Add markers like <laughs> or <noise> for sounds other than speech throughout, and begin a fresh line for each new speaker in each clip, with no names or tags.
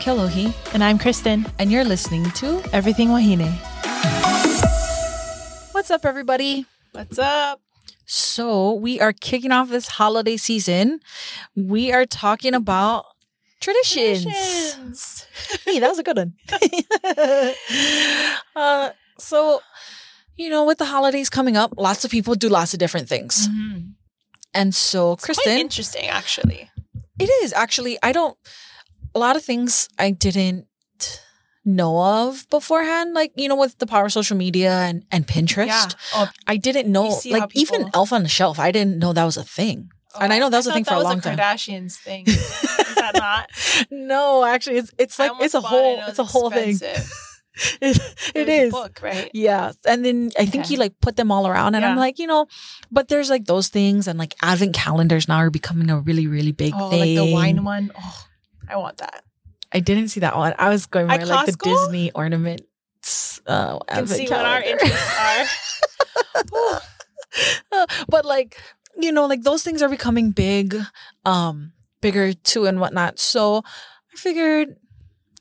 Kelohi.
And I'm Kristen.
And you're listening to
Everything Wahine.
What's Up, everybody?
What's up?
So, we are kicking off this holiday season. We are talking about traditions. Hey, that was a good one. <laughs> uh, so, you know, with the holidays coming up, lots of people do lots of different things.
Mhm.
And so,
It's quite
Kristen,
interesting, actually.
it is actually, I don't, a lot of things I didn't know of beforehand like you know with the power of social media and and pinterest
Oh,
I didn't know,
see how
like
people-
even Elf on the Shelf. I didn't know that was a thing. And I know that was a
thought
thing for a
was
long time.
Kardashians
<laughs>
thing. Is that not?
No, actually, it's it's
I
like
almost
it's a
bought it.
whole
It was
it's a whole thing.
expensive.
<laughs> It,
It
it
was a
is.
book, right?
Yeah, and then I think
Okay.
you like put them all around, and I'm
Yeah.
like, you know, but there's like those things, and like advent calendars now are becoming a really really big
Oh,
thing.
like the wine one. Oh, I want that.
I didn't see that one. I was going
At
more like the
Costco?
Disney ornaments. Uh,
You can
advent
see what our
calendar.
interests are.
<laughs> but like you know like those things are becoming big um bigger too and whatnot so i figured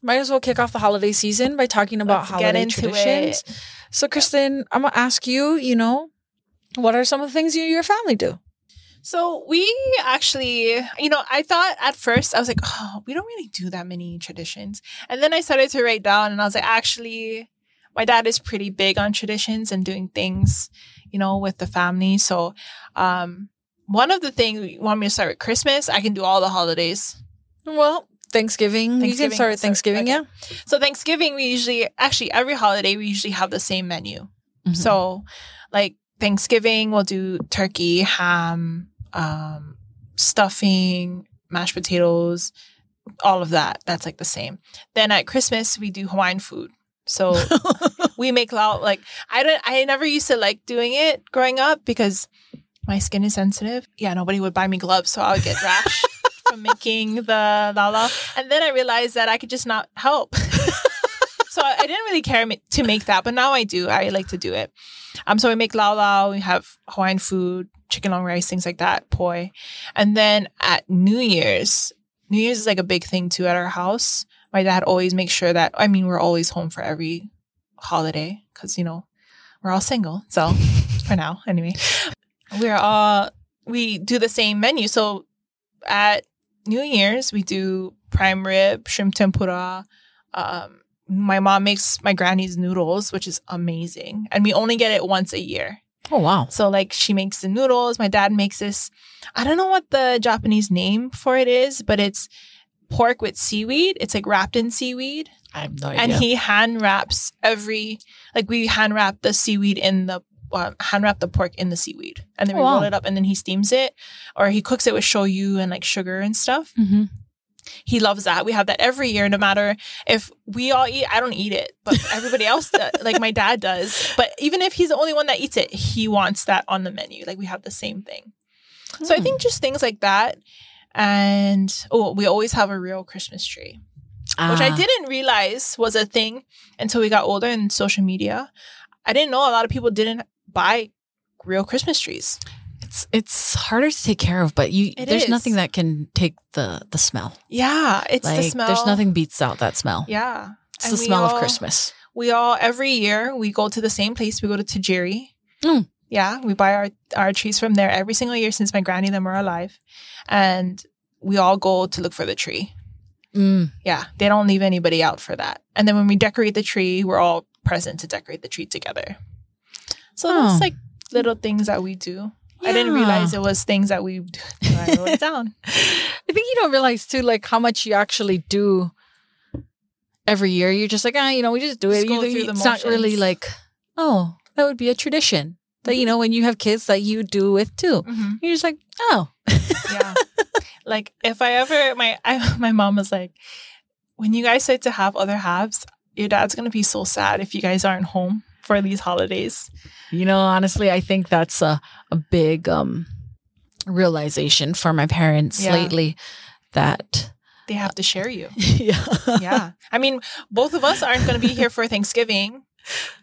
might as well kick off the holiday season by talking <laughs> about
Let's
holiday
get into
traditions
it.
so kristen i'm gonna ask you you know what are some of the things you and your family do
So we actually, you know, I thought at first I was like, oh, we don't really do that many traditions. And then I started to write down and I was like, actually, my dad is pretty big on traditions and doing things, you know, with the family. So um one of the things you want me to start with Christmas, I can do all the holidays.
well thanksgiving, you can
Thanksgiving,
start with
sorry,
thanksgiving
okay. So Thanksgiving, we usually actually every holiday we usually have the same menu.
yeah
So, like Thanksgiving, we'll do turkey, ham, um, stuffing, mashed potatoes, all of that. That's like the same. Then at Christmas, we do Hawaiian food. So
Mm-hmm. <laughs>
we make loud like I don't. I never used to like doing it growing up because my skin is sensitive. Yeah, nobody would buy me gloves, so I would get rash. From making the la la, and then I realized that I could just not help <laughs> so I, I didn't really care ma- to make that, but now I do. I like to do it. Um, so we make lao lao. We have Hawaiian food, chicken long rice, things like that, poi, and then at New Year's, New Year's is like a big thing too at our house. My dad always makes sure that I mean we're always home for every holiday because you know we're all single, so for now anyway, we're all we do the same menu. So at New Year's we do prime rib, shrimp tempura. Um, my mom makes my granny's noodles, which is amazing. And we only get it once a year.
oh wow
So like she makes the noodles, my dad makes this I don't know what the Japanese name for it is, but it's pork with seaweed. It's like wrapped in seaweed.
i have no
And he hand wraps every like we hand wrap the seaweed in the um, hand wrap the pork in the seaweed, and then we
Oh, wow.
roll it up, and then he steams it, or he cooks it with shoyu and like sugar and stuff
hmm
he loves that. We have that every year, no matter if we all eat. I don't eat it,
<laughs>
but everybody else, does, like my dad does. But even if he's the only one that eats it, he wants that on the menu. Like we have the same thing. So I
Hmm.
think just things like that, and oh, we always have a real Christmas tree, which
Ah.
I didn't realize was a thing until we got older in social media. I didn't know a lot of people didn't buy real Christmas trees.
it's it's harder to take care of but you
It
there's
is.
nothing that can take the the smell
Yeah, it's
like
the smell.
there's nothing beats out that smell
Yeah,
it's
And
the
we
smell of
all-
christmas
we all every year we go to the same place. We go to Tajiri.
Mm.
Yeah, we buy our our trees from there every single year since my granny and them are alive, and we all go to look for the tree.
Mm.
Yeah, they don't leave anybody out for that. And then when we decorate the tree, we're all present to decorate the tree together. So
Oh.
that's like little things that we do. I didn't
Yeah.
realize it was things that we do. <laughs> I wrote it down.
I think you don't realize too, like how much you actually do every year. You're just like, ah, you know, we just do
Just
it.
go
You-
through the
it's not really
motions.
like, oh, that would be a tradition that you know when you have kids that you do with too.
Mhm.
You're just like, oh,
yeah. <laughs> Like if I ever my I, my mom was like, when you guys start to have other halves, your dad's gonna be so sad if you guys aren't home for these holidays.
you know. Honestly, I think that's a a big um realization for my parents
Yeah.
lately that
They have to share you.
<laughs> yeah <laughs>
Yeah. I mean, both of us aren't gonna be here for Thanksgiving.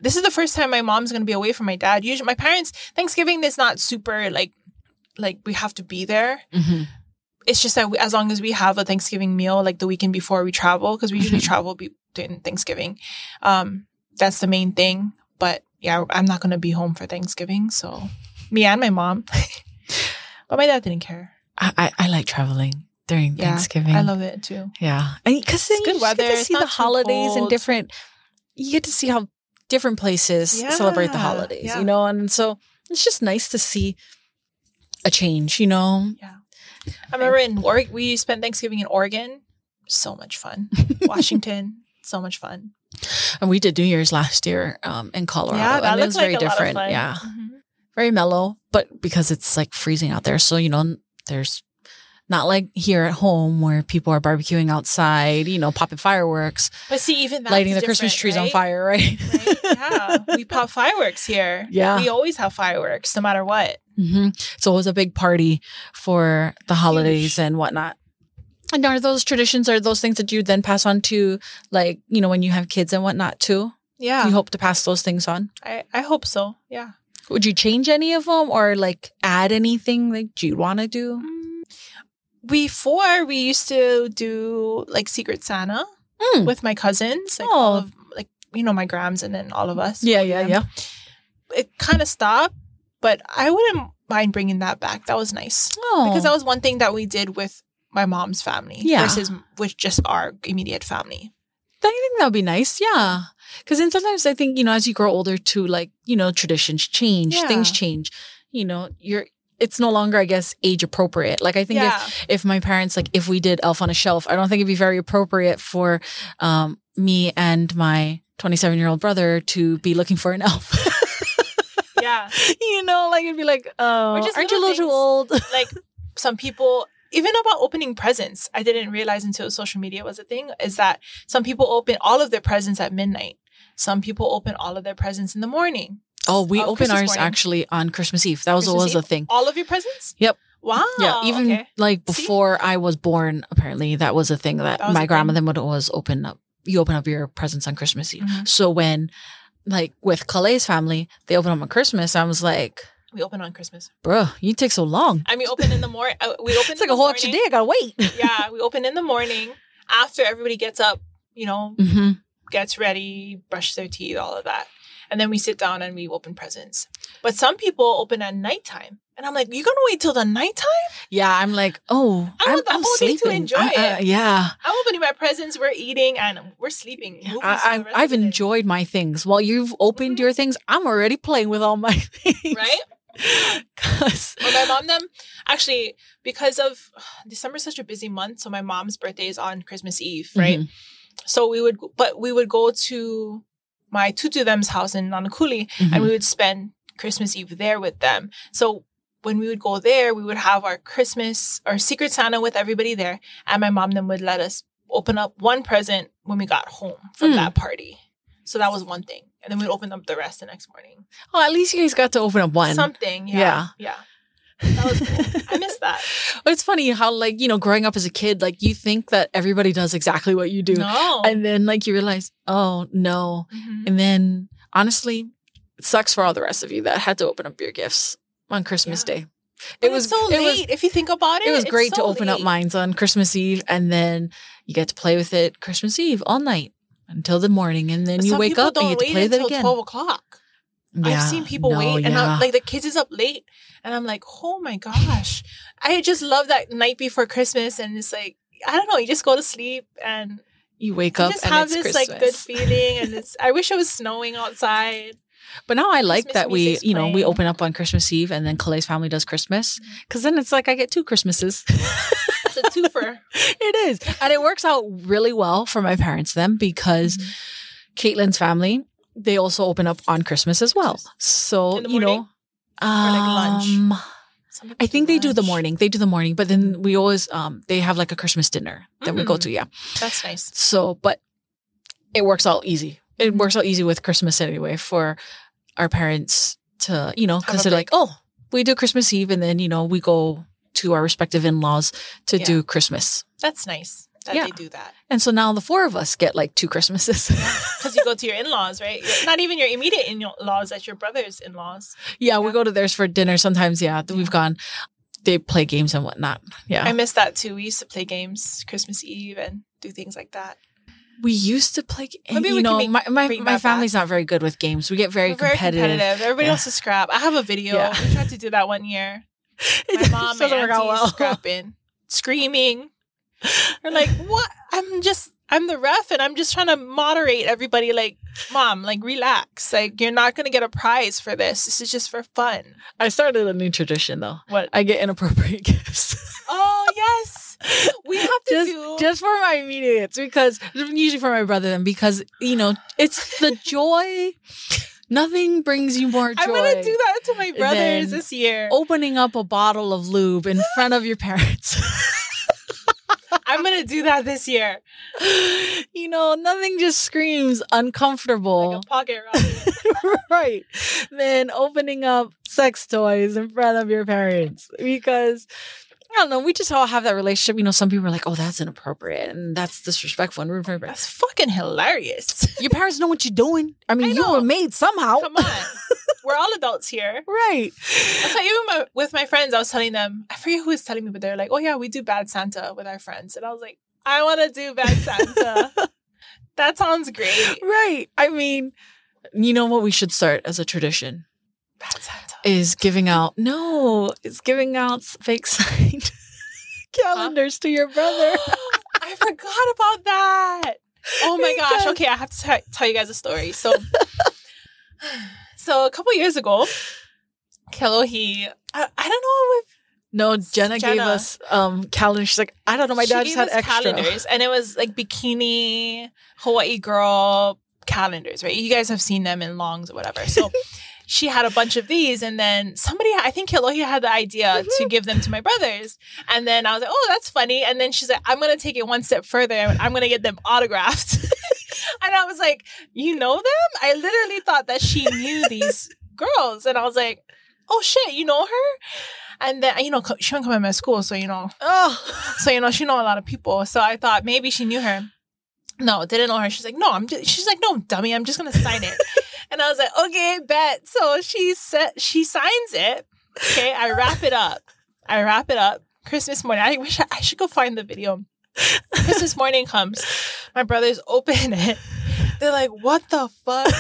This is the first time my mom's gonna be away from my dad. Usually
Mhm.
my parents, Thanksgiving is not super like like we have to be there. it's just that we, as long as we have a Thanksgiving meal like the weekend before we travel, because we usually travel be- during Thanksgiving, um, that's the main thing. But yeah, I'm not going to be home for Thanksgiving. So me and my mom. <laughs> but my dad didn't care.
I, I, I like traveling during
Yeah,
Thanksgiving.
I love it too.
Yeah, because
It's good
good
weather,
weather. Get to
it's
see
not
the
too
holidays and
cold.
different. You get to see how different places celebrate the
Yeah,
holidays.
yeah.
You know, and so it's just nice to see a change. You know,
I remember in Or we spent Thanksgiving in Oregon. So much
<laughs>
fun. Washington, so much fun.
and we did New Year's last year um, in Colorado, and it was very different. Yeah,
Mhm.
very mellow, but because it's like freezing out there, so you know, there's not like here at home where people are barbecuing outside. You know, popping fireworks,
But see, even that's
lighting the Christmas
different,
trees on
right?
fire. Right?
Right? Yeah, we pop fireworks here.
Yeah.
we always have fireworks, no matter what.
<laughs> Mm-hmm. It's always a big party for the holidays
Huge.
and whatnot. And are those traditions, are those things that you then pass on to, like, you know, when you have kids and whatnot too?
Yeah,
You hope to pass those things on.
I, I hope so. Yeah.
Would you change any of them or like add anything like you want to do?
Before we used to do like Secret Santa
Mm.
with my cousins, like all
Oh.
of like you know my grams and then all of us.
Yeah, yeah, yeah.
It kind of stopped, but I wouldn't mind bringing that back. That was nice
Oh,
because that was one thing that we did with my mom's family
Yeah.
versus with just our immediate family.
I think that would be nice. Yeah. Because then sometimes I think, you know, as you grow older too, like, you know, traditions change,
Yeah.
things change. You know, you're, it's no longer, I guess, age appropriate. Like, I think if if my parents like if we did elf on a shelf i don't think it'd be very appropriate for um, me and my 27 year old brother to be looking for an elf
<laughs>
<laughs>
yeah.
you know like it'd be like oh
just
aren't you a little too
little
old
like some people even about opening presents i didn't realize until social media was a thing is that some people open all of their presents at midnight some people open all of their presents in the morning
oh we
Of
open
Christmas
ours
morning.
actually on christmas eve that was
Christmas
always a
Eve?
thing
all of your presents
Yep.
wow
yeah even
Oh, okay.
like
See?
before i was born apparently that was a thing that,
That was a
my
thing.
grandmother would always open up you open up your presents on christmas eve
Mhm.
so when like with Kale's family, they open up on Christmas. I was like,
we open on christmas
bruh, you take so long.
i mean open in the morning we open
It's like a whole extra day. I gotta wait.
<laughs> yeah we open in the morning after everybody gets up you know
Mm-hmm.
gets ready brush their teeth all of that and then we sit down and we open presents but some people open at nighttime and i'm like you're gonna wait till the nighttime
Yeah, I'm like, oh,
I
I'm,
want the
I'm
whole day to
sleeping.
enjoy
I- I-
it.
yeah,
I'm opening my presents. We're eating and we're sleeping. Movies for
I,
the rest
I, I've
of the day,
enjoyed my things. While you've opened
Mhm.
your things, I'm already playing with all my <laughs> things.
right.
<laughs> Because
Well, my mom them actually because of <sighs> December's such a busy month, so my mom's birthday is on Christmas Eve, right?
Mm-hmm.
So we would, but we would go to my tutu them's house in Nanakuli, and
Mm-hmm.
we would spend Christmas Eve there with them. So when we would go there, we would have our Christmas or Secret Santa with everybody there, and my mom then would let us open up one present when we got home from
Mm.
that party. So that was one thing, and then we'd open up the rest the next morning.
oh, at least you guys got to open up one.
Something, yeah, yeah. That was cool.
<laughs>
I miss that.
it's funny how, like, you know, growing up as a kid, like, you think that everybody does exactly what you do.
No,
And then, like, you realize, oh, no.
Mhm.
And then, honestly, it sucks for all the rest of you that had to open up your gifts on Christmas
Yeah.
Day.
But it's so late if you think about it.
it was
it's
great to
so
open up
late.
mines on Christmas Eve, and then you get to play with it Christmas Eve all night until the morning, and then
But
you
some
wake
people
up and you
don't
get to
wait
play with it
until
again.
Twelve o'clock. I've seen people
no,
wait, and
yeah.
I'm, like the kids is up late, and I'm like, oh my gosh, I just love that night before Christmas, and it's like I don't know, you just go to sleep and
you wake
you
up
just
and
have
it's
this
Christmas.
like good feeling,
<laughs>
and it's I wish it was snowing outside.
but now I like
Christmas
that we,
music's
you know, we
playing.
open up on Christmas Eve, and then Kale's family does Christmas,
Mm-hmm.
because then it's like I get two Christmases. <laughs>
It's a twofer.
it is, and it works out really well for my parents then because
Mm-hmm.
Caitlin's family they also open up on Christmas as well.
Christmas.
So
In the
you know,
morning? like lunch?
um,
Some people
I think they do the
lunch.
morning. They do the morning, but then we always um they have like a Christmas dinner that we go
Mm.
to, yeah.
That's nice.
So, but it works out easy. It works out easy with Christmas anyway for our parents to, you know,
Have a
cuz they're like,
break.
"Oh, we do Christmas Eve and then, you know, we go to our respective in-laws to
Yeah.
do Christmas."
That's nice that
Yeah.
they do that
And so now the four of us get like two Christmases. <laughs>
because you go to your in-laws, right? Your- Not even your immediate in-laws, that's your brother's in-laws.
yeah,
Yeah.
we go to theirs for dinner sometimes. Yeah, that we've gone. they play games and whatnot. Yeah.
I miss that too. We used to play games Christmas Eve and do things like that.
we used to play games.
Maybe
you
we can
know,
make-
my, my,
bring
my
that back.
family's not very good with games. We get very,
We're very
competitive.
competitive. Everybody
Yeah.
else is scrap. I have a video.
Yeah.
We tried to do that one year. My
<laughs> It
mom and
doesn't work out
auntie
well. <laughs>
scrapping, screaming. We're like, what? I'm just, I'm the ref, and I'm just trying to moderate everybody. Like, mom, like relax. Like, you're not gonna get a prize for this. This is just for fun.
I started a new tradition though. <laughs>
What?
I get inappropriate gifts.
Oh yes, we have to
just,
do.
just for my immediates because usually for my brother then because you know it's the joy. Nothing brings you more joy.
I'm gonna do that to my brothers
Then- Oh.
this year.
Opening up a bottle of lube <laughs> in front of your parents. <laughs>
I'm gonna do that this year.
you know, nothing just screams uncomfortable.
Like a pocket rocket.
<laughs> right. Then opening up sex toys in front of your parents because I don't know. We just all have that relationship. You know, some people are like, "Oh, that's inappropriate and that's disrespectful." And remember,
That's fucking hilarious.
<laughs> your parents know what you're doing. I mean,
I
you
know.
were made somehow,
Come on, we're all adults here.
right?
That's why even my, with my friends, I was telling them. I forget who was telling me, but they're like, "Oh yeah, we do bad Santa with our friends," and I was like, "I want to do bad Santa. that sounds great.
Right. I mean, you know what? We should start as a tradition
Bad Santa.
is giving out. No, it's giving out fake <laughs> signed calendars to your brother.
<gasps> I forgot about that. Oh my gosh.
Because-
Okay, I have to t- tell you guys a story. So, so a couple years ago, Kelohi, I, I don't know if
<gasps> No, Jenna, gave
Jenna.
us um calendars. She's like, I don't know. My
she
dad
gave
just had
us
extra.
calendars, and it was like bikini Hawaii girl calendars, right? You guys have seen them in longs or whatever.
<laughs>
So. She had a bunch of these, and then somebody, I think Kelohi had the idea
Mm-hmm.
to give them to my brothers. And then I was like, oh, that's funny. And then she's like, I'm going to take it one step further and I'm going to get them autographed. <laughs> and I was like, you know them? I literally thought that she knew these girls. And I was like, oh shit, you know her? And then, you know, co- she won't come to my school. So, you know,
<laughs> Oh,
so you know, she know a lot of people. So I thought maybe she knew her. No, didn't know her. She's like, no, I'm. Just, she's like, no, dummy, I'm just gonna sign it. and I was like, okay, bet. So she said she signs it. Okay, I wrap it up. I wrap it up. Christmas morning. I wish I, I should go find the video. Christmas morning comes. My brothers open it. They're like, what the fuck?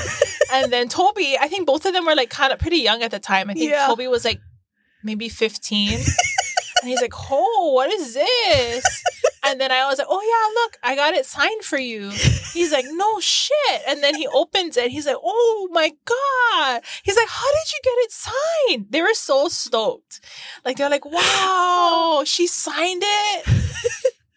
and then Toby, I think both of them were like kind of pretty young at the time. I think
Yeah.
Toby was like maybe 15. and he's like, oh, what is this? And then I was like, oh, yeah, look, I got it signed for you. He's like, no shit. And then he opens it. He's like, oh my God. He's like, how did you get it signed? They were so stoked. Like, they're like, <laughs> wow, she signed it.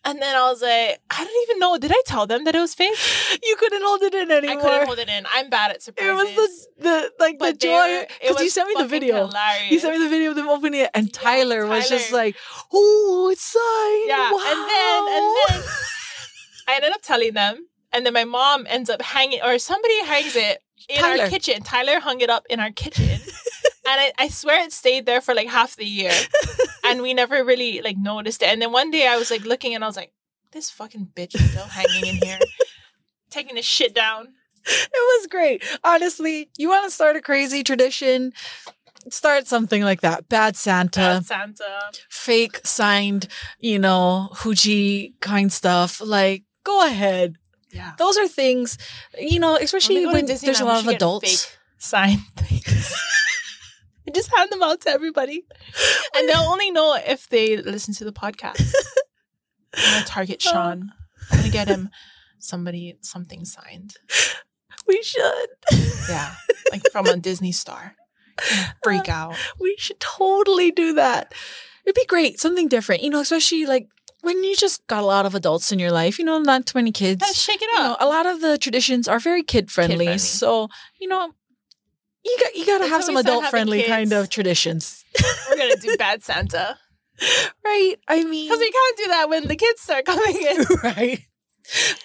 And then I was like, I don't even know. Did I tell them that it was fake?
you couldn't hold it in
I
anymore.
couldn't hold it in. I'm bad at surprises.
it was the the like the
they
joy
were- it
because you
was
sent me the
fucking
video.
Hilarious.
You sent me the video of them opening it, and Tyler, was just
Tyler.
like, "Oh, it's signed!"
yeah,
wow."
and then and then I ended up telling them, and then my mom ends up hanging, or somebody hangs it in
Tyler.
our kitchen. Tyler hung it up in our kitchen, and I, I swear it stayed there for like half the year, and we never really like noticed it. And then one day I was like looking, and I was like, "This fucking bitch is still hanging in here, taking this shit down."
<laughs> it was great. Honestly, you want to start a crazy tradition? Start something like that. Bad Santa.
Bad Santa.
fake signed, you know, hoochie kind stuff. Like, go ahead.
Yeah.
Those are things, you know,
When we
especially
go to
when
Disneyland,
there's a
we
lot
should
of
get
adults.
fake sign things. and <laughs> just hand them out to everybody, and they'll only know if they listen to the podcast. I'm gonna <laughs> target Sean. I'm gonna get him somebody something signed.
We should.
Yeah, like from a Disney star. Freak out.
We should totally do that. It'd be great. Something different, you know, especially like when you just got a lot of adults in your life, you know, not too many
<laughs>
kids.
Gotta shake it
You know,
up.
a lot of the traditions are very kid friendly.
Kid-friendly.
So, you know, you got you gotta
That's
have
why
some
we start having
adult friendly kind
kids.
of traditions.
We're gonna do bad Santa
Right. I mean <laughs>
because we can't do that when the kids start coming <laughs> in.
right?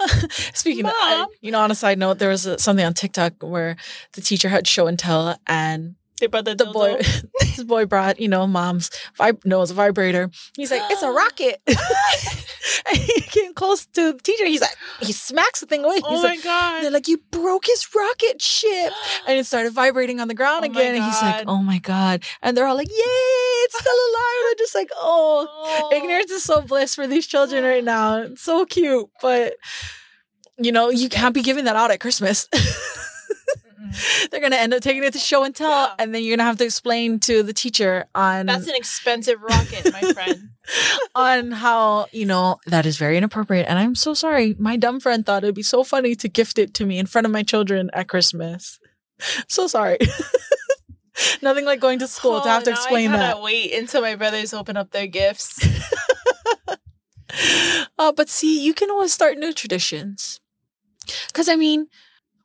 <laughs> Speaking of, I-
Mom.
you know, on a side note, there was a, something on TikTok where the teacher had show and tell, and
They brought the,
the boy, <laughs>
<laughs>
this boy brought, you
<gasps>
know, mom's vib- no, it's a vibrator. He's like, it's a rocket. <laughs> and he came close to the teacher. He's like, he smacks the thing away.
Oh
he's
my
like,
god.
and they're like, you broke his rocket
<gasps>
ship. And it started vibrating on the ground
Oh my
again. And he's like,
God.
oh my God. And they're all like, yay,
<laughs>
it's still alive. I'm just like, oh,
Oh.
ignorance is so bliss for these children
<sighs>
right now. It's so cute. But, you know, you can't be giving that out at Christmas.
Mm-mm.
they're going to end up taking it to show and tell.
Yeah.
And then you're going to have to explain to the teacher on
That's an expensive rocket, <laughs> my friend.
on how you know that is very inappropriate and i'm so sorry my dumb friend thought it'd be so funny to gift it to me in front of my children at christmas <laughs> so sorry <laughs> nothing like going to school to
Oh,
have to
now I
explain
gotta
that
Wait until my brothers open up their <laughs> gifts.
uh, but see you can always start new traditions because i mean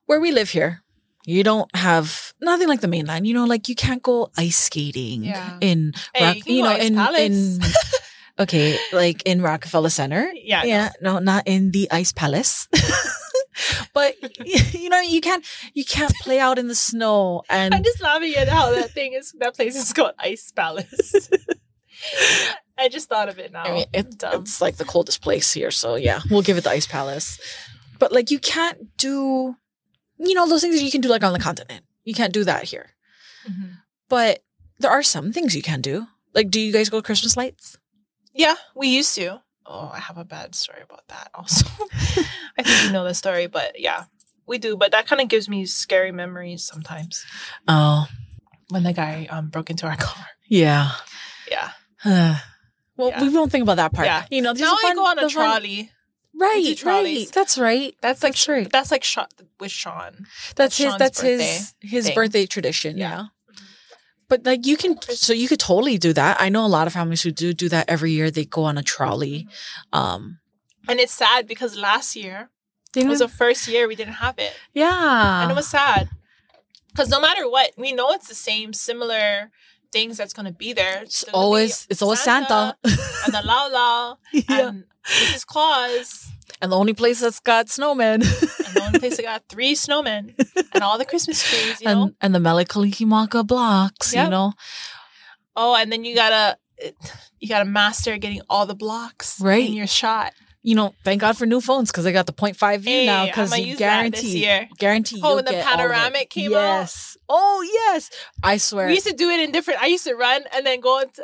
where we live here you don't have nothing like the mainland you know like you can't go ice skating
Yeah.
in
Hey,
Rock-
you can go Ice Palace. <laughs>
in <laughs> okay like in rockefeller center
yeah,
yeah no not in the ice palace <laughs> but <laughs> you know you can't you can't play out in the snow and
<laughs> I'm just laughing at how that thing is. That place is called Ice Palace. <laughs> I just thought of it now.
I mean, it-
Dumb.
it's like the coldest place here so yeah we'll give it the ice palace but like you can't do you know those things that you can do like on the continent you can't do that here
Mhm.
but there are some things you can do like do you guys go to christmas lights
Yeah, we used to. Oh, I have a bad story about that. Also, <laughs> I think you know the story, but yeah, we do. But that kind of gives me scary memories sometimes.
oh
When the guy um, broke into our <laughs> car.
yeah
Yeah.
well
Yeah.
we won't think about that part
Yeah.
you know just
now
the fun-
I go on a
the fun-
trolley. We do
right
trolleys.
right that's right
That's like
That's right.
that's like shot with Sean.
That's
That's
his.
Sean's
that's his.
birthday
His
thing.
birthday tradition. Yeah.
Yeah.
But like you can, so you could totally do that. I know a lot of families who do do that every year. They go on a trolley.
Mm-hmm.
Um,
And it's sad because last year it was the first year we didn't have it,
yeah,
and it was
Ah.
sad because no matter what, we know it's the same similar things that's going to be there.
it's
It's gonna be
always it's always Santa. <laughs>
and the Lao Lao
yeah.
and Mrs. Claus.
and the only place that's got snowmen
And the only place that got three snowmen and all the Christmas trees, you know.
<laughs> and and the Melikalikimaka blocks. You
Yep.
know,
Oh, and then you gotta you gotta master getting all the blocks
Right.
in your shot.
you know. Thank God for new phones because I got the point five view
Hey,
now.
I'm
Because
gonna
you
use that this
guarantee,
year.
guarantee.
Oh,
you'll
when the
get all of it.
panoramic came out?
yes. Oh yes, I swear.
We used to do it in different. I used to run and then go. Into,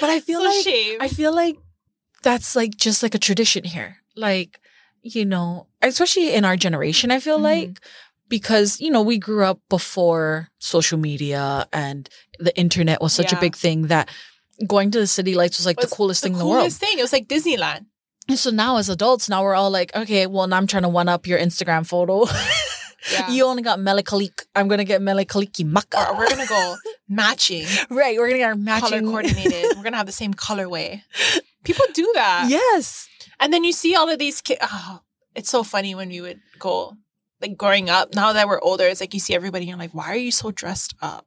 but
<laughs>
I feel
so
like
shame.
I feel like that's like just like a tradition here. Like, you know, especially in our generation, I feel
Mhm.
like because, you know, we grew up before social media and the internet was such a
Yeah.
big thing that going to the city lights was like
Was
the coolest thing
the
in the world.
coolest thing. It was like Disneyland.
And so now as adults, now we're all like, okay, well, now I'm trying to one up your Instagram photo. <laughs>
Yeah.
you only got melikalik. I'm going to get melikaliki
Or
maka.
we're gonna <laughs> go matching,
Right. We're going to get our
color <laughs>
matching. <laughs>
coordinated. We're gonna have the same colorway. People do that.
Yes.
And then you see all of these kids. Oh, it's so funny when we would go, like growing up, now that we're older, it's like you see everybody and you're like, why are you so dressed up?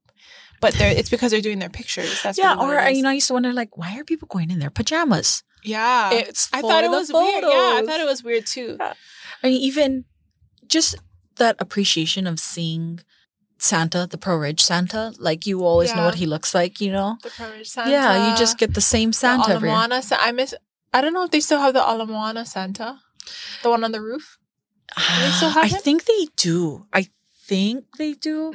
But they're, it's because they're doing their pictures. That's
yeah.
really
Or, uh,
what it is.
you know, I used to wonder, like, why are people going in their pajamas?
yeah.
It's
Uh, I thought
for
it
the
was weird. Yeah, I
photos.
thought it was weird too.
I mean, even just that appreciation of seeing Santa, the Pro Ridge Santa, like you always know
Yeah.
what he looks like, you know?
The Prairie Santa.
Yeah, you just get the same
the
Santa every year.
Alamoana Sa- I miss. I don't know if they still have the Alamoana Santa, the one on the roof. they still
Ah,
have
<sighs> I
him?
think they do. I think they do.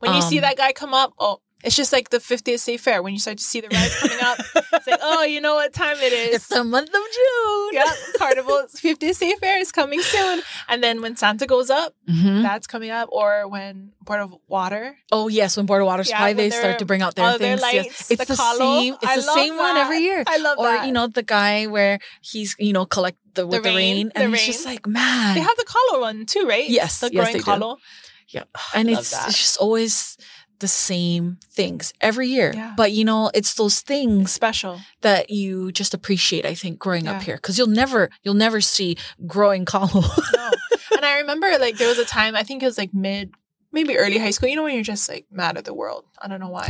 When you see
Um,
that guy come up, oh, it's just like the 50th State Fair. When you start to see the rides coming up, it's like, oh, you know what time it is.
<laughs> It's the month of
<laughs>
June.
Yep, Carnival 50th State Fair is coming soon. And then when Santa goes up,
Mhm.
that's coming up. Or when Board of Water,
Oh yes, when Border Water
Yeah,
Supply
when
they
they're-
start to bring out
all
their
their
things. yes.
lights,
It's the,
the colo.
same. It's
I
the
love
same one every
that.
year.
I love
Or
that.
you know the guy where he's you know collect the with the, rain,
rain, the
and it's
rain.
just like man.
they have the collar one too, right?
Yes,
the
yes,
growing
they do.
collar.
and
Love
it's,
that.
it's just always the same things every year
Yeah.
but you know it's those things
Special.
that you just appreciate i think growing up
Yeah.
here because you'll never you'll never see growing <laughs> column
No. and I remember like there was a time, I think it was like mid, maybe early high school, you know, when you're just like mad at the world. I don't know why.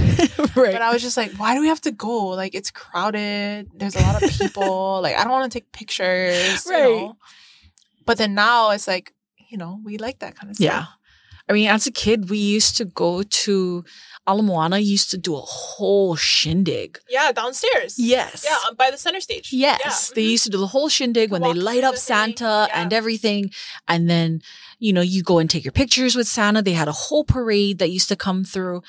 But I was just like, why do we have to go? Like, it's crowded. There's a lot of
<laughs>
people. like, I don't want to take pictures. you
Right.
know? But then now it's like, you know, we like that kind of stuff.
yeah I mean, as a kid, we used to go to Ala Moana used to do a whole shindig.
Yeah, downstairs.
Yes.
Yeah, um, by the center stage.
Yes,
Yeah.
they
mhm.
used to do the whole shindig when they
Walk
light
through
up
the thing,
Santa
yeah.
and everything. And then, you know, you go and take your pictures with Santa. They had a whole parade that used to come through.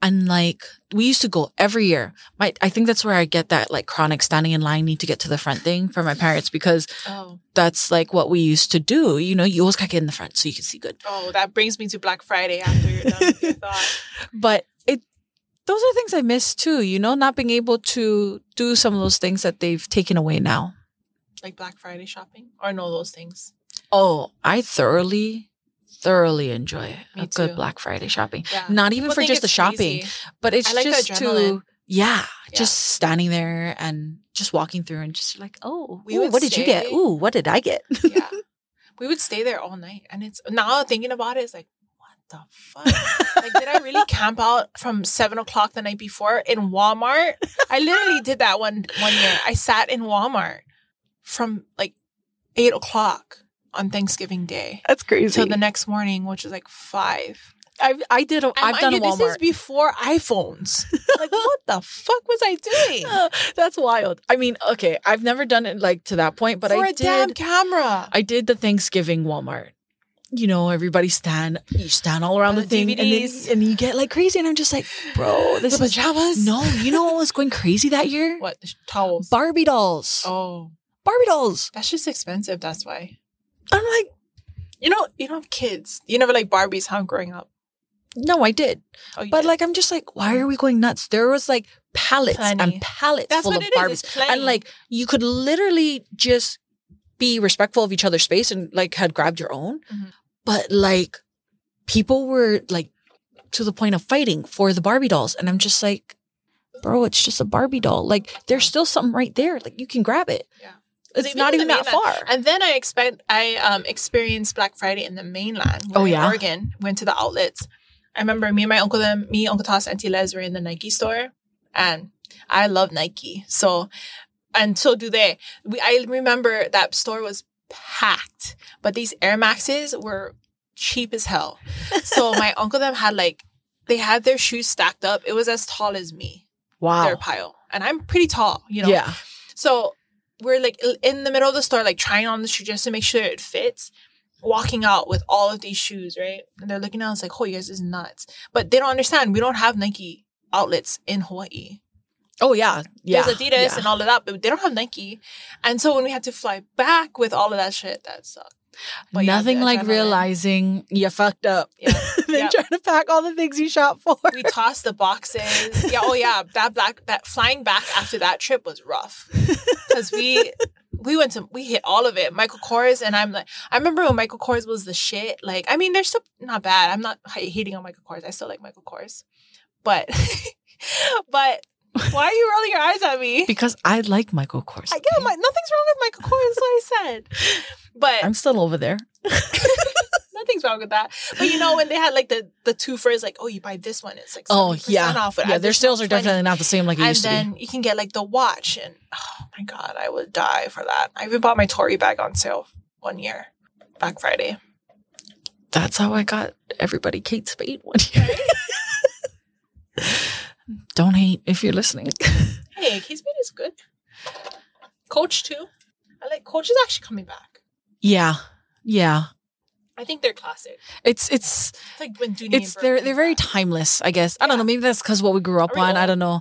And like, we used to go every year. My, I think that's where I get that like chronic standing in line, need to get to the front thing for my parents because
Oh,
that's like what we used to do. You know, you always gotta get in the front so you can see good.
oh, that brings me to Black Friday after you're done
<laughs>
with your thought.
But it, those are things I miss too, you know, not being able to do some of those things that they've taken away now.
Like Black Friday shopping or no, those things.
Oh, I thoroughly, thoroughly enjoy
Me
a good
too.
Black Friday shopping.
Yeah.
Not even
People
for
think
just the
it's
shopping,
crazy.
but it's
I like the
just to
adrenaline.
yeah,
Yeah.
just standing there and just walking through and just like, oh,
We
ooh,
would
what did you get?
say-
Ooh, what did I get?
yeah. We would stay there all night. And it's now thinking about it, it's like, what the
<laughs>
fuck? like, did I really camp out from seven o'clock the night before in Walmart? I literally did that one one year. I sat in Walmart from like eight o'clock on Thanksgiving Day
<laughs> That's crazy.
till the next morning, which was like five.
I've I did a,
And
I've
mind
done a
you, This
Walmart.
is before iPhones. <laughs> like, what the fuck was I doing?
That's wild. I mean, okay, I've never done it like to that point, <laughs> but
For
I
a
did.
damn camera.
I did the Thanksgiving Walmart. You know, everybody stand, you stand all around
And
the,
the
thing, and
DVDs.
then and you get like crazy, and I'm just like, bro, this
the
is
pajamas.
No, you know what was going crazy that year?
What? The sh- towels.
Barbie dolls.
oh.
Barbie dolls.
That's just expensive. That's why.
I'm like,
You know, you don't have kids. You never like Barbies. How growing up?
no, I did.
Oh, you
But
did.
like, I'm just like, why are we going nuts? There was like pallets
Plenty.
and pallets
that's
full
what
of
it is.
Barbies.
It's plain.
And like, you could literally just be respectful of each other's space and like had grabbed your own.
Mhm.
But like, people were like to the point of fighting for the Barbie dolls. And I'm just like, bro, it's just a Barbie doll. Like, there's still something right there. Like, you can grab it.
Yeah.
It's
Like,
not
even
even
the
that far.
and then I expect I um experienced Black Friday in the mainland.
Oh,
in
yeah?
Oregon. Went to the outlets. I remember me and my uncle them, me, Uncle Toss, Auntie Les were in the Nike store, and I love Nike. So, and so do they. We I remember that store was packed, but these Air Maxes were cheap as hell.
<laughs>
So my uncle them had like they had their shoes stacked up. It was as tall as me,
wow.
their pile, and I'm pretty tall, you know.
yeah.
So we're like l- in the middle of the store, like trying on the shoe just to make sure it fits. Walking out with all of these shoes, right? And they're looking at us like, "Oh, you guys is nuts!" But they don't understand. We don't have Nike outlets in Hawaii.
Oh yeah, yeah.
There's Adidas
yeah.
and all of that, but they don't have Nike. And so when we had to fly back with all of that shit, that sucked. But yeah, the
Nothing like
adrenaline.
realizing you fucked up. <laughs>
Yeah.
then
Yeah.
trying to pack all the things you shop for.
we tossed the boxes. Yeah, oh yeah, that black that flying back after that trip was
<laughs>
rough because we we went to we hit all of it. Michael Kors and I'm like, I remember when Michael Kors was the shit. Like, I mean, they're still not bad. I'm not h- hating on Michael Kors. I still like Michael Kors, but <laughs> but why are you rolling your eyes at me?
<laughs> because I like Michael Kors.
I get my nothing's wrong with Michael Kors. That's what I said, but
I'm still over there.
Nothing's wrong with that. But you know, when they had like the the twofers, like, oh, you buy this one, it's like
Oh,
70%
yeah.
off.
yeah,
and
their
this
sales are
one's 20.
definitely not the same like it
and
used to
then you can get like the watch and oh my god i would die for that i even bought my tory bag on sale one year black friday
be. That's how I got everybody Kate Spade one year. <laughs> Don't hate if you're listening. <laughs>
hey case made is good coach too i like coach is actually coming back
Yeah, yeah.
i think they're classic
It's it's
it's like when Dooney
it's they're they're very timeless. I guess I don't
Yeah.
know. Maybe that's because what we grew up
Are we
on. I
old?
don't know.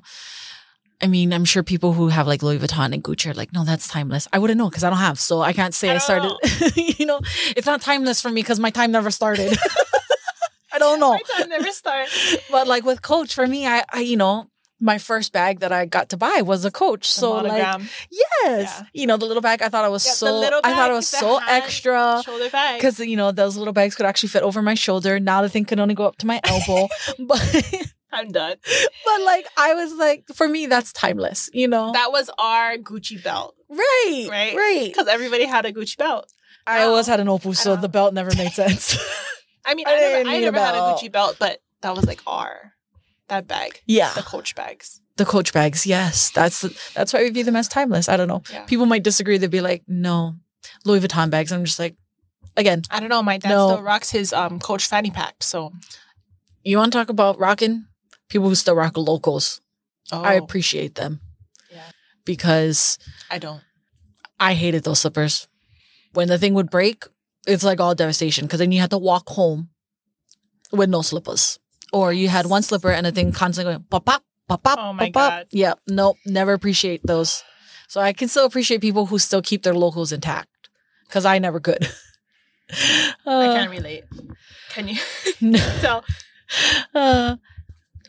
I mean, I'm sure people who have like Louis Vuitton and Gucci are like, no, that's timeless. I wouldn't know because I don't have, so I can't say
I
I,
don't
started. <laughs> you know, it's not timeless for me because my time never
<laughs>
started. I don't know,
my time never <laughs> start
but like with Coach, for me, I, I you know, my first bag that I got to buy was a Coach. so like, yes,
Yeah.
you know, the little bag I thought I was
Yeah, the
so,
little
I thought
bag,
it was
the
so
hand-
extra
shoulder bag
because you know those little bags could actually fit over my shoulder. Now the thing can only go up to my
<laughs>
elbow, but.
i'm done
But like I was like, for me, that's timeless, you know.
that was our gucci belt
right,
Right.
right, right.
because everybody had a gucci belt
I always had an opal, so
know.
the belt never made sense. <laughs>
i mean
I
i, never,
didn't
I
need a
never had a
belt.
gucci belt but that was like our that bag
yeah,
the coach bags
the Coach bags. Yes, that's that's why it would be the most timeless. I don't know.
Yeah.
People might disagree. They'd be like, no, Louis Vuitton bags. I'm just like, Again,
I don't know. My dad
No.
still rocks his um Coach fanny pack. So
you want to talk about rocking? People who still rock locals.
oh,
I appreciate them.
Yeah.
Because
I don't.
I hated those slippers. When the thing would break, it's like all devastation because then you had to walk home with no slippers. Or you had one slipper and the thing constantly going pop pop, pop pop.
Oh my
pop, pop.
God.
Yeah. Nope. Never appreciate those. So I can still appreciate people who still keep their locals intact. Cause I never could. <laughs>
I
Uh,
can't relate. Can you? <laughs>
no.
so
<laughs> Uh,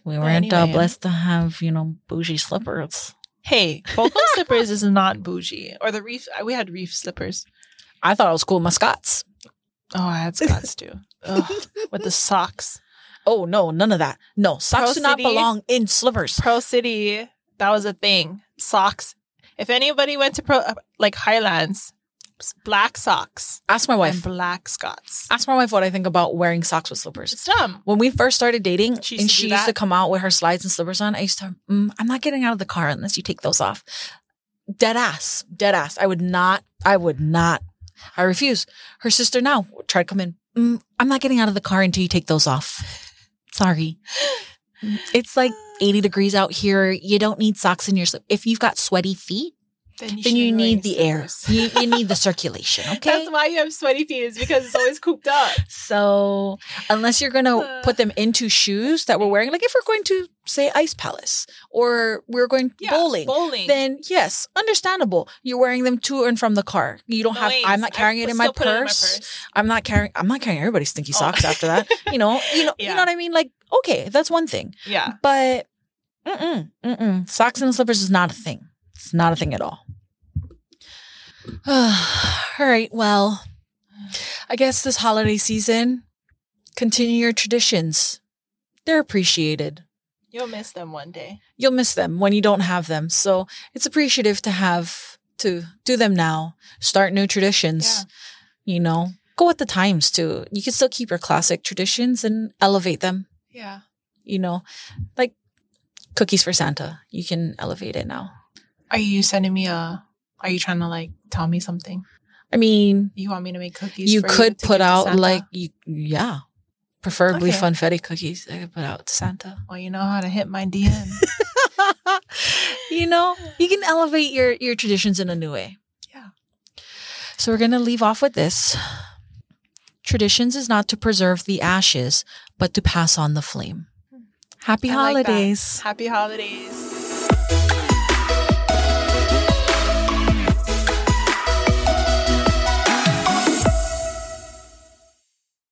we weren't uh,
anyway.
blessed to have, you know, bougie slippers.
hey, <laughs> Boco slippers is not bougie. Or the reef. We had reef slippers.
I thought it was cool. My Scots.
Oh, I <laughs> had Scots too. Ugh, with the socks.
Oh no, none of that. No, socks
Pearl
do not
City.
belong in slippers.
Pearl City. That was a thing. Socks. If anybody went to Pearl, like Highlands, s- black socks
Ask my
and
wife.
black Scots.
Ask my wife what I think about wearing socks with slippers.
It's dumb.
When we first started dating,
She used
and
to do
she used to
that.
come out with her slides and slippers on, I used to. Mm, I'm not getting out of the car unless you take those off. Dead ass, dead ass. I would not. I would not. I refuse. Her sister now tried to come in. Mm, I'm not getting out of the car until you take those off. Sorry. It's like
Ah,
80 degrees out here. You don't need socks in your slip. If you've got sweaty feet, then
shouldn't
you
be
need
wearing
the air.
slippers.
You, you need the circulation.
<laughs>
Okay.
That's why you have sweaty feet is because it's always cooped up.
so unless you're gonna
Uh.
put them into shoes that we're wearing, like if we're going to say Ice Palace or we're going
Yeah, <laughs>
bowling.
Bowling.
then yes, understandable. You're wearing them to and from the car. You don't
No
have.
ways.
I'm not
I
carrying it in
would
my
still put it in
purse. I'm not carrying. I'm not carrying everybody's stinky
Oh.
socks after that. You know. You know. You
Yeah.
know what I mean? Like, okay, that's one thing.
<laughs> Yeah.
But mm-mm, mm-mm. socks and slippers is not a thing. It's not a thing at all. <sighs> all right. Well, I guess this holiday season, continue your traditions. They're appreciated.
<laughs> You'll miss them one day.
You'll miss them when you don't have them. So it's appreciative to have to do them now. Start new traditions. You know, go with the times too. You can still keep your classic traditions and elevate them
Yeah.
you know, like cookies for Santa. You can elevate it now.
Are you sending me a? Are you trying to like tell me something?
I mean,
You want me to make cookies?
you
for
could
to give
put
to
out
Santa?
like you, yeah, preferably
Okay.
funfetti cookies. I could put out to Santa. <laughs>
Well, you know how to hit my DM.
you know, you can elevate your your traditions in a new way.
Yeah.
So we're gonna leave off with this. Traditions is not to preserve the ashes, but to pass on the flame. Happy
Hmm. I like that.
holidays.
Happy holidays.